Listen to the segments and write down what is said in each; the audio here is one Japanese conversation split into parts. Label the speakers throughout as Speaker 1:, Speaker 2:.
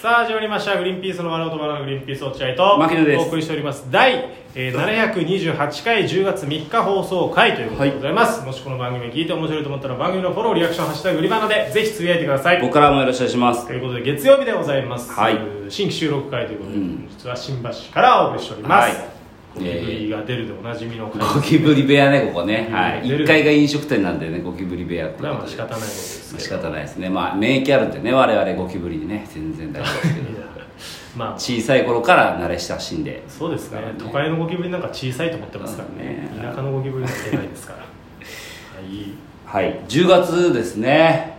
Speaker 1: さあ始まりました「グリーンピースの笑うと笑うグリーンピース落合」と
Speaker 2: 牧野です
Speaker 1: お送りしております第、えー、728回10月3日放送回ということでございます、もしこの番組聞いて面白いと思ったら番組のフォローリアクション「ハッシュタググリバナ」でぜひつぶやいてください
Speaker 2: 僕からもよろしくお願いします
Speaker 1: ということで月曜日でございます、
Speaker 2: はい
Speaker 1: 新規収録会ということで、
Speaker 2: うん
Speaker 1: 実は新橋からお送りしております、
Speaker 2: はい
Speaker 1: ゴキブリが出るでおなじみの会
Speaker 2: ゴキブリ部屋ねここね、はい、
Speaker 1: 出る
Speaker 2: 1階が飲食店なんでねゴキブリ部屋って
Speaker 1: これはまあ仕
Speaker 2: ま
Speaker 1: 方ないことです
Speaker 2: あ
Speaker 1: け
Speaker 2: 仕
Speaker 1: ど
Speaker 2: 方ないですねまあ免疫あるんでね我々ゴキブリにね全然大丈夫ですけど
Speaker 1: いやまあ
Speaker 2: 小さい頃から慣れ親しんで
Speaker 1: そうですね
Speaker 2: だからね
Speaker 1: 都会のゴキブリなんか小さいと思ってますからね
Speaker 2: そうね
Speaker 1: 田舎のゴキブリなんて でかいですからはい
Speaker 2: はい10月ですね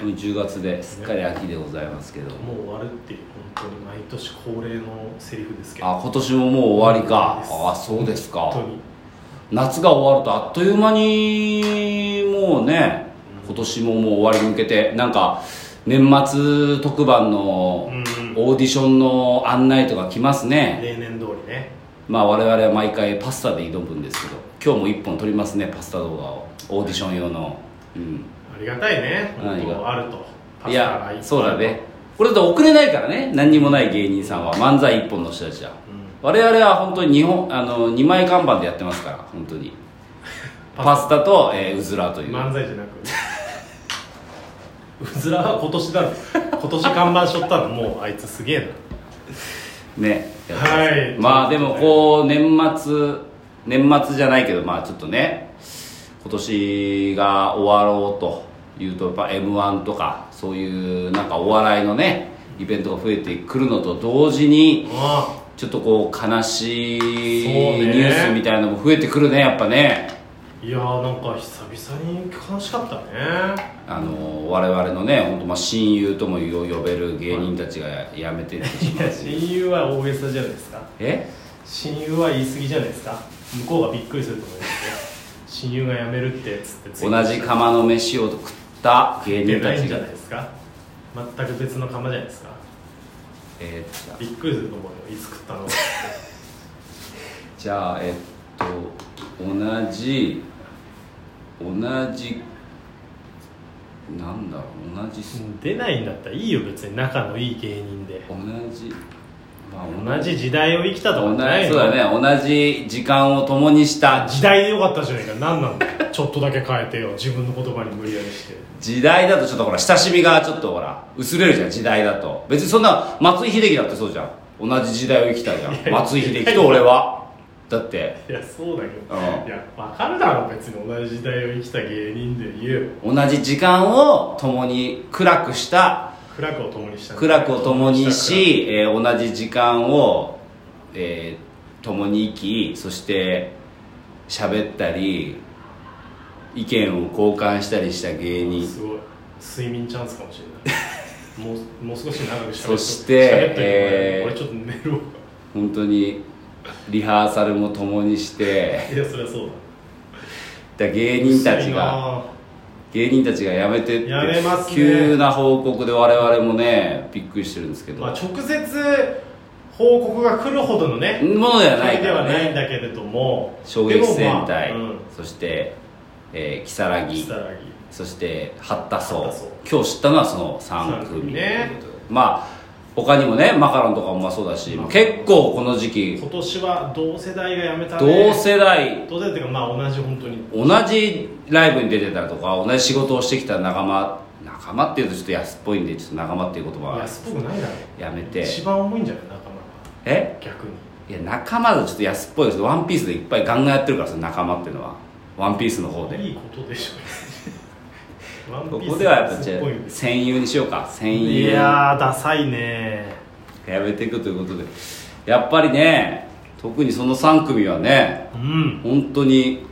Speaker 2: もう10月ですっかり秋でございますけど
Speaker 1: もう終わるっていう本当に毎年恒例のセリフですけど
Speaker 2: あ今年ももう終わり
Speaker 1: そう
Speaker 2: か
Speaker 1: です
Speaker 2: あそうですか
Speaker 1: 本当に
Speaker 2: 夏が終わるとあっという間にもうね今年ももう終わりに向けてなんか年末特番の
Speaker 1: うん
Speaker 2: オーディションの案内とか来ますね、
Speaker 1: 例年通りね
Speaker 2: まあ我々は毎回パスタで挑むんですけど今日も1本撮りますねパスタ動画をオーディション用の、うん、
Speaker 1: ありがたいね本
Speaker 2: 何
Speaker 1: 当
Speaker 2: が
Speaker 1: あるとパ
Speaker 2: い
Speaker 1: スタが
Speaker 2: や
Speaker 1: っぱい
Speaker 2: そうだねこれだと遅れないからね何にもない芸人さんは漫才1本の人たちは
Speaker 1: うん
Speaker 2: 我々は本当に日本あの2枚看板でやってますから本当 に
Speaker 1: パ
Speaker 2: パスタと、えーうずらという
Speaker 1: 漫才じゃなく うずらは今年だろ今年看板しょったのもうあいつすげえな
Speaker 2: ね
Speaker 1: はい
Speaker 2: まあでもこう年末年末じゃないけどまあちょっとね今年が終わろうというとやっぱ m 1とかそういうなんかお笑いのねイベントが増えてくるのと同時に
Speaker 1: あ
Speaker 2: ちょっとこう悲しい
Speaker 1: そう
Speaker 2: ニ
Speaker 1: ね
Speaker 2: ュースみたいなのも増えてくるねやっぱね
Speaker 1: あいやーなんか久々に悲しかったね
Speaker 2: あの我々のね本当まあ親友とも呼べる芸人たちが辞めてっ てし
Speaker 1: い
Speaker 2: まう
Speaker 1: や親友は大げさじゃないですか
Speaker 2: え
Speaker 1: 親友は言い過ぎじゃないですか向こうがびっくりすると思いますよ親友が辞めるってっつって
Speaker 2: 同じ釜の飯を食った芸
Speaker 1: 出
Speaker 2: 人
Speaker 1: な
Speaker 2: た
Speaker 1: いん
Speaker 2: ち
Speaker 1: じゃ
Speaker 2: が
Speaker 1: ないですか全く別の釜じゃないですか
Speaker 2: えー
Speaker 1: びっくりすると思うよいつ食ったのって
Speaker 2: じゃあえっと同じ同じなんだろう同じす、
Speaker 1: 出ないんだったらいいよ別に仲のいい芸人で
Speaker 2: 同じまあ
Speaker 1: 同じ時代を生きたと
Speaker 2: 同
Speaker 1: か
Speaker 2: じ
Speaker 1: じゃないよ
Speaker 2: そうだね同じ時間を共にした
Speaker 1: 時代でよかったじゃないか何なんだよちょっとだけ変えてよ自分の言葉に無理やりして
Speaker 2: 時代だとちょっとほら親しみがちょっとほら薄れるじゃん時代だと別にそんな松井秀喜だってそうじゃん同じ時代を生きたじゃ
Speaker 1: い
Speaker 2: ん
Speaker 1: や
Speaker 2: 松井秀喜と俺はだって
Speaker 1: いやそうだけど
Speaker 2: うん
Speaker 1: いや分かるだろ別に同じ時代を生きた芸人で言えよ
Speaker 2: 同じ時間を共に暗くした
Speaker 1: 苦楽を共にした
Speaker 2: 苦楽を共にし、えー同じ時間を、えー共に生きそして喋ったり意見を交換したりした芸人
Speaker 1: すごい睡眠チャンスかもしれない もうもう少し長くしゃべ
Speaker 2: そして
Speaker 1: 喋っといてもらえ
Speaker 2: えー
Speaker 1: る俺ちょっと寝ろうか
Speaker 2: 本当にリハーサルも共にして
Speaker 1: いやそりゃそうだ
Speaker 2: だ芸人たちが
Speaker 1: が
Speaker 2: 芸人たちが辞めてって
Speaker 1: やめますね
Speaker 2: 急な報告で我々もねびっくりしてるんですけど、
Speaker 1: まあ直接報告が来るほどのね
Speaker 2: ものではない
Speaker 1: それ
Speaker 2: か
Speaker 1: では
Speaker 2: らね
Speaker 1: ないんだけれども
Speaker 2: 衝撃戦隊、
Speaker 1: でもまあうん
Speaker 2: そして、えー、如月
Speaker 1: 如月
Speaker 2: そして八田荘
Speaker 1: 八田荘
Speaker 2: 今日知ったのはその3組
Speaker 1: 三組ね
Speaker 2: ということでまあ他にもねマカロンとかもまあそうだし
Speaker 1: マカロン
Speaker 2: 結構この時期
Speaker 1: 今年は同世代が辞めたね
Speaker 2: 同世代
Speaker 1: 同世代っていうかまあ同じ本当に
Speaker 2: 同じライブに出てたりとか同じ仕事をしてきた仲間仲間っていうとちょっと安っぽいんでちょっと仲間っていう言葉は
Speaker 1: 安っぽくないだろ
Speaker 2: やめて
Speaker 1: 一番重いんじゃない仲間が
Speaker 2: え
Speaker 1: 逆に
Speaker 2: いや仲間だとちょっと安っぽいですワンピースでいっぱいガンガンやってるからその仲間っていうのはワンピースの方で
Speaker 1: いいことでしょワンピ
Speaker 2: こ
Speaker 1: ース
Speaker 2: こではやっぱ
Speaker 1: す
Speaker 2: じゃあ
Speaker 1: ごいんです
Speaker 2: 戦友にしようか戦友
Speaker 1: いやーダサいね
Speaker 2: やめていくということでやっぱりね特にその3組はね
Speaker 1: うん
Speaker 2: 本当に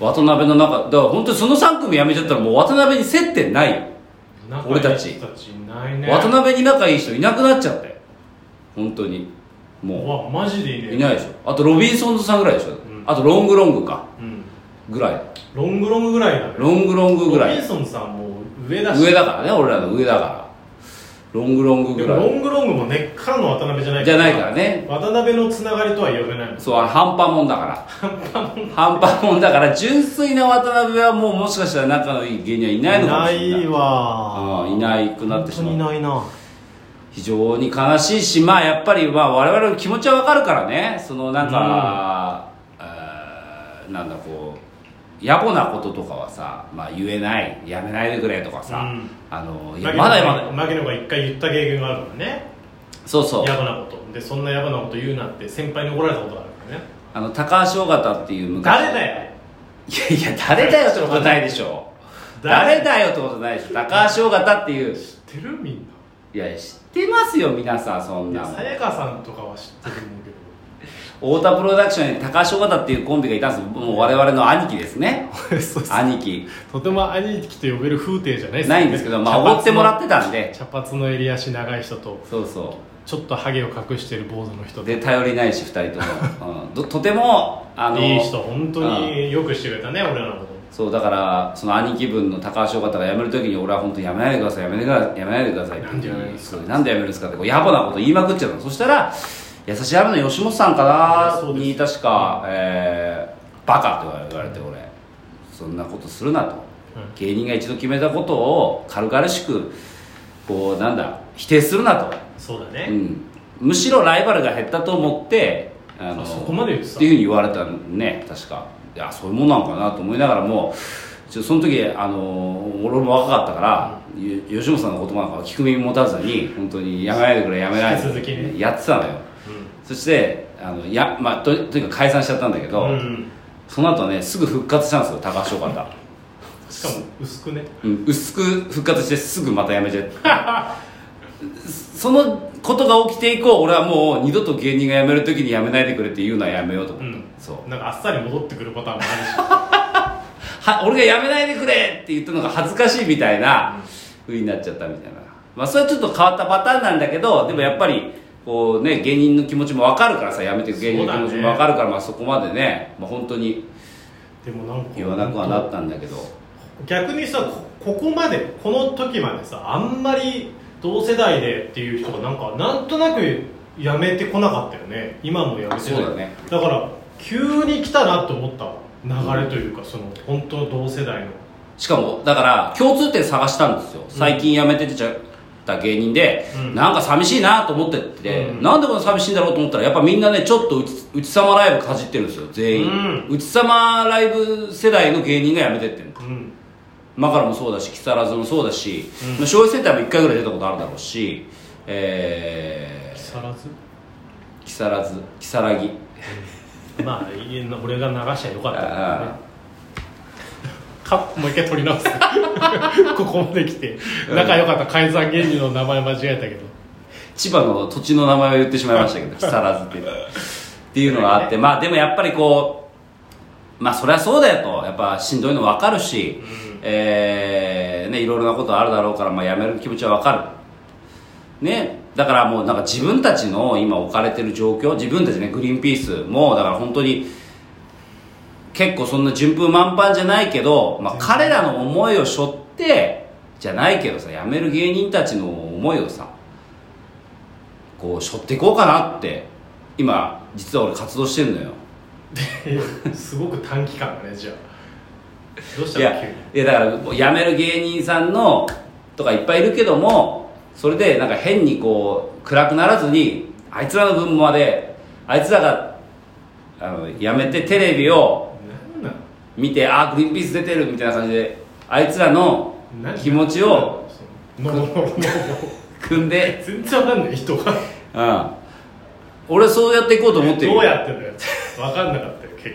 Speaker 2: 渡辺の中だから本当にその3組やめちゃったらもう渡辺に接点ないよ、俺た
Speaker 1: 仲
Speaker 2: ち
Speaker 1: いい人たちいないね
Speaker 2: 渡辺に仲いい人いなくなっちゃって本当に
Speaker 1: う
Speaker 2: も
Speaker 1: わマジでいね
Speaker 2: ういないでしょあとロビンソンズさんぐらいでしょ、
Speaker 1: ん
Speaker 2: あとロングロングか
Speaker 1: うん
Speaker 2: ぐらい
Speaker 1: ロングロングぐらいだね
Speaker 2: ロングロングぐら
Speaker 1: ロビ
Speaker 2: い
Speaker 1: ンソンさんもう上だし
Speaker 2: 上だからね俺らの上だからロングロング
Speaker 1: で
Speaker 2: ぐ
Speaker 1: も
Speaker 2: ら
Speaker 1: ロ
Speaker 2: い
Speaker 1: ングロングも根っからの渡辺じゃない
Speaker 2: じゃないからね
Speaker 1: 渡辺のつながりとは呼べない
Speaker 2: そうあれ半端もんだから半端もんだから純粋な渡辺はもうもしかしたら仲のいい芸人はいないのかもしれない
Speaker 1: ないわ
Speaker 2: うんいないくなっ
Speaker 1: 本
Speaker 2: てし
Speaker 1: 当
Speaker 2: ま
Speaker 1: にいうないな
Speaker 2: 非常に悲しいしまあやっぱりまあ我々の気持ちはわかるからねそのなんか、あーなんだこう野暮なこととかはさ、まあ、言えないやめないでくれとかさ、
Speaker 1: うん
Speaker 2: あのいやまだまだ
Speaker 1: マギノが一回言った経験があるからね
Speaker 2: そうそう
Speaker 1: 野暮なことでそんな野暮なこと言うなって先輩に怒られたことがあるからね
Speaker 2: あの高橋尾形っていう昔
Speaker 1: 誰だよ
Speaker 2: いやいや誰だよってことないでしょ
Speaker 1: 誰
Speaker 2: 誰だよってことないでしょ高橋尾形っていう
Speaker 1: 知ってるみんない
Speaker 2: や知ってますよ皆さんそん
Speaker 1: い
Speaker 2: な
Speaker 1: や
Speaker 2: の
Speaker 1: さやかさんとかは知ってるんだけど
Speaker 2: 太田プロダクションに高橋尾形っていうコンビがいたんですもう我々の兄貴ですね
Speaker 1: そうそう
Speaker 2: 兄貴
Speaker 1: とても兄貴と呼べる風景じゃないですよね
Speaker 2: ないんですけどまあ
Speaker 1: 茶髪の
Speaker 2: 奢ってもらってたんで
Speaker 1: 茶髪の襟足長い人と
Speaker 2: そうそ
Speaker 1: ちょっとハゲを隠してる坊主の人
Speaker 2: う
Speaker 1: と
Speaker 2: で頼りないし2人とも、うん、どとてもあの
Speaker 1: いい人本当によくしてくれたね俺らのこと
Speaker 2: そうだからその兄貴分の高橋尾形が辞める時に俺は本当にやめないでくださいやめないでくださいやめないでくださいって
Speaker 1: なんでやめるんですか
Speaker 2: そうなんでやめるんですかってこう野暮なこと言いまくっちゃったのそしたら優しい雨の吉本さんか
Speaker 1: そ
Speaker 2: な
Speaker 1: うです
Speaker 2: に確か、えーバカって言われて俺そんなことするなと、
Speaker 1: うん
Speaker 2: 芸人が一度決めたことを軽々しくこうなんだ否定するなと、
Speaker 1: そうだ
Speaker 2: う
Speaker 1: ね、
Speaker 2: ん、むしろライバルが減ったと思ってあ
Speaker 1: あそこまで言ってた
Speaker 2: っていうふうに言われたのね確かいやそういうもんなんかなと思いながらもちょその時あの俺も若かったから、ゆ吉本さんの言葉なんか聞く耳持たずに本当にやめないでくれやめないでく
Speaker 1: 引き続き
Speaker 2: れ、
Speaker 1: ね
Speaker 2: やってたのよそしてあのいや、まあ、ととにかく解散しちゃったんだけ
Speaker 1: う
Speaker 2: ど、
Speaker 1: ん、うん、
Speaker 2: その後ねすぐ復活したんですよ高橋岡田、
Speaker 1: しかも薄くね
Speaker 2: うん、薄く復活してすぐまたやめちゃってそのことが起きて以降俺はもう二度と芸人が辞める時に辞めないでくれって言うのはやめようと思
Speaker 1: う
Speaker 2: った、
Speaker 1: ん
Speaker 2: そう
Speaker 1: なんかあっさり戻ってくるパターンも
Speaker 2: は俺がやめないでくれって言ったのが恥ずかしいみたいな風になっちゃったみたいな、まあ、それはちょっと変わったパターンなんだけどでもやっぱりこうね芸人の気持ちも分かるからさやめてく芸人の気持ちも分かるから、まあ、そこまでね、まあ、本当に
Speaker 1: あ るしでもなんか
Speaker 2: 言わなくはなったんだけど
Speaker 1: 逆にさこここまでこの時までさあんまり同世代でっていう人がなんかなんとなくやめてこなかったよね今もやめてない
Speaker 2: そうだね
Speaker 1: だから急に来たなと思ったわ流れというか、その本当同世代の
Speaker 2: しかもだから共通点探したんですよ最近辞めててちゃった芸人で、
Speaker 1: うん
Speaker 2: なんか寂しいなと思ってて、
Speaker 1: うん
Speaker 2: なんでこんな寂しいんだろうと思ったらやっぱみんなねちょっとうちうちさまライブかじってるんですよ全員、
Speaker 1: う
Speaker 2: うちさまライブ世代の芸人が辞めてってる
Speaker 1: うん
Speaker 2: マカロンもそうだし木更津もそうだし、
Speaker 1: うん
Speaker 2: まあ消費センターも1回ぐらい出たことあるだろうし、え
Speaker 1: 木更
Speaker 2: ー、木更津木更木
Speaker 1: 津まあいいな俺が流しちゃよかったから
Speaker 2: あ
Speaker 1: ねカップもう一回取り直 すここまで来て仲良かった改ざん芸人の名前間違えたけど
Speaker 2: ー千葉の土地の名前を言ってしまいました けど木更津っていうっていうのがあってまあでもやっぱりこうまあそりゃそうだよとやっぱしんどいの分かるし、
Speaker 1: うん
Speaker 2: えーねいろいろなことあるだろうから、まあ、やめる気持ちは分かるねだからもうなんか自分たちの今置かれてる状況自分たちねグリーンピースもだから本当に結構そんな順風満帆じゃないけど、まあ、彼らの思いを背負ってじゃないけどさ辞める芸人たちの思いをさこう背負っていこうかなって今実は俺活動してるのよ
Speaker 1: すごく短期間だねじゃあどうし
Speaker 2: い
Speaker 1: たの
Speaker 2: や
Speaker 1: 急に
Speaker 2: いやだからもう辞める芸人さんのとかいっぱいいるけどもそれでなんか変にこう暗くならずにあいつらの分まであいつらがあの辞めてテレビを
Speaker 1: なんな
Speaker 2: 見てあグリーンピース出てるみたいな感じであいつらの
Speaker 1: の何
Speaker 2: 気持ちを
Speaker 1: のののの
Speaker 2: 組んで、
Speaker 1: 全然わか んない人が
Speaker 2: うん、俺そうやっていこうと思ってる
Speaker 1: ど
Speaker 2: よ
Speaker 1: うやってだよわかんなかったよ結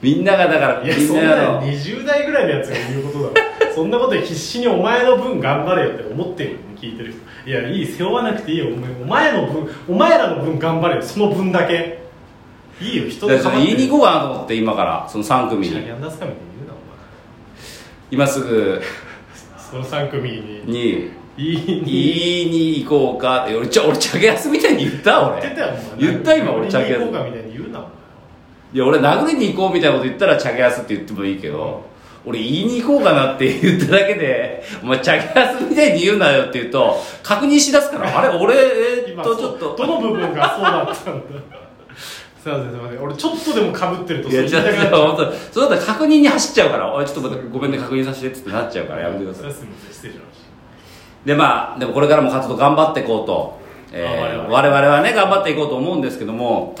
Speaker 2: みんながだから
Speaker 1: 果
Speaker 2: み
Speaker 1: いや
Speaker 2: ん
Speaker 1: そんな
Speaker 2: なの
Speaker 1: 20代ぐらいのやつが言うことだろそんなことで必死にお前の分頑張れよって思ってるよ聞いてる人いやいい背負わなくていいよお前お前の分お前らの分頑張れよその分だけいいよ人
Speaker 2: だからその言いに行
Speaker 1: こ
Speaker 2: こうかなと思って今からその3組
Speaker 1: や
Speaker 2: に
Speaker 1: んだすかみたいに言うなお
Speaker 2: 今すぐ
Speaker 1: 前その3組に
Speaker 2: に
Speaker 1: いいに
Speaker 2: 言いに行こうかって俺ちゃ俺チャゲアスみたいに言った俺
Speaker 1: 言ってたよお前
Speaker 2: 言った今俺チャゲア
Speaker 1: 行こうか
Speaker 2: ス
Speaker 1: みたいに言うなお前
Speaker 2: いや俺殴りに行こうみたいなこと言ったらチャゲアスって言ってもいいけど、俺言いに行こうかなって言っただけで、お前、チャゲアスみたいに言うなよって言うと、確認しだすから、あれ、俺、えーっ
Speaker 1: 今
Speaker 2: と、ちょっ
Speaker 1: そうど
Speaker 2: と、
Speaker 1: の部分がそうだったんだすいませんすいません俺ちょっとでもかぶってると
Speaker 2: いや、
Speaker 1: そ
Speaker 2: ちょっ
Speaker 1: れ言いたくなっち
Speaker 2: と、
Speaker 1: ゃう
Speaker 2: 本当そうだったら確認に走っちゃうから、おい、ちょっと待ってごめんね、確認させてっつってなっちゃうから、やめてください。
Speaker 1: すいません失礼しまし
Speaker 2: で、まあ、でもこれからも活動頑張っていこうと、え
Speaker 1: あ我
Speaker 2: ー我々はね、頑張っていこうと思うんですけども、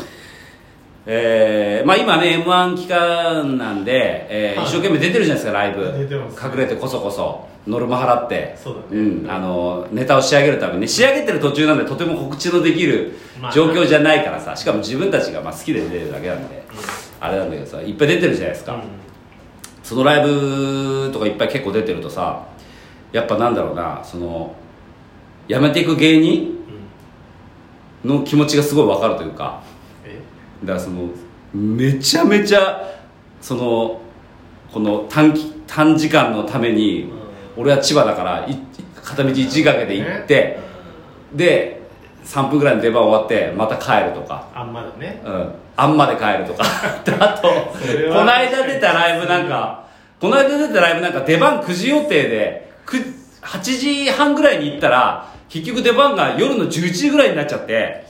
Speaker 2: えーまあ今ね、M1 期間なんで、えー
Speaker 1: はい
Speaker 2: 一生懸命出てるじゃないですか、ライブ。
Speaker 1: 出てます
Speaker 2: 隠れてこそこそ、ノルマ払って。
Speaker 1: そうだね
Speaker 2: ん、あの、ネタを仕上げるためにね、仕上げてる途中なんで、とても告知のできる
Speaker 1: まあ
Speaker 2: 状況じゃないからさ、しかも自分たちがまあ好きで出てるだけなんで、あれなんだけどさ、いっぱい出てるじゃないです
Speaker 1: た
Speaker 2: か。
Speaker 1: うん
Speaker 2: そのライブとかいっぱい結構出てるとさやっぱなんだろうなその辞めていく芸人
Speaker 1: うん
Speaker 2: の気持ちがすごいわかるというか
Speaker 1: え
Speaker 2: だからそのめちゃめちゃそのこの短期短時間のために俺は千葉だからい片道1時間で行ってで3分ぐらいの出番終わってまた帰るとか
Speaker 1: あんまだね
Speaker 2: うん、あんまで帰るとか であと
Speaker 1: それは
Speaker 2: この間出たライブなんかこの間出たライブなんか出番9時予定で9 8時半ぐらいに行ったら結局出番が夜の11時ぐらいになっちゃって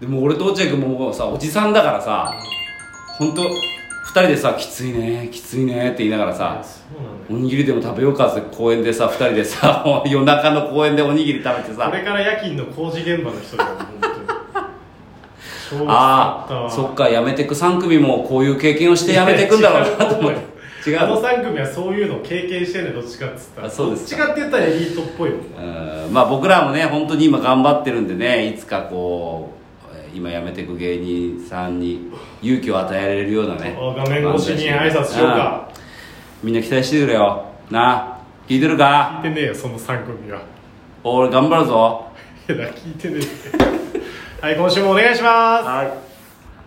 Speaker 2: でも俺と落合君ももうさおじさんだからさ本当2人でさ「きついねきついね」って言いながらさ
Speaker 1: そうなんだ
Speaker 2: おにぎりでも食べようかって公園でさ2人でさ もう夜中の公園でおにぎり食べてさ
Speaker 1: これから夜勤の工事現場の人だよ本当に
Speaker 2: ああそっか辞めてく3組もこういう経験をして辞めてくんだろうなと思って違
Speaker 1: あの
Speaker 2: う
Speaker 1: 3組は そういうのを経験してんねどっちかっつったら
Speaker 2: あそうです
Speaker 1: どっちかって言ったらエリートっぽいもん
Speaker 2: うんまあ僕らもね本当に今頑張ってるんでねいつかこうえー今辞めてく芸人さんに勇気を与えられるようなね
Speaker 1: お画面越しに挨拶しようか
Speaker 2: うんみんな期待してくれよなあ聞いてるか
Speaker 1: 聞いてねえよその3組は
Speaker 2: 俺頑張るぞ
Speaker 1: いや聞いてねえってはい今週もお願いします
Speaker 2: はい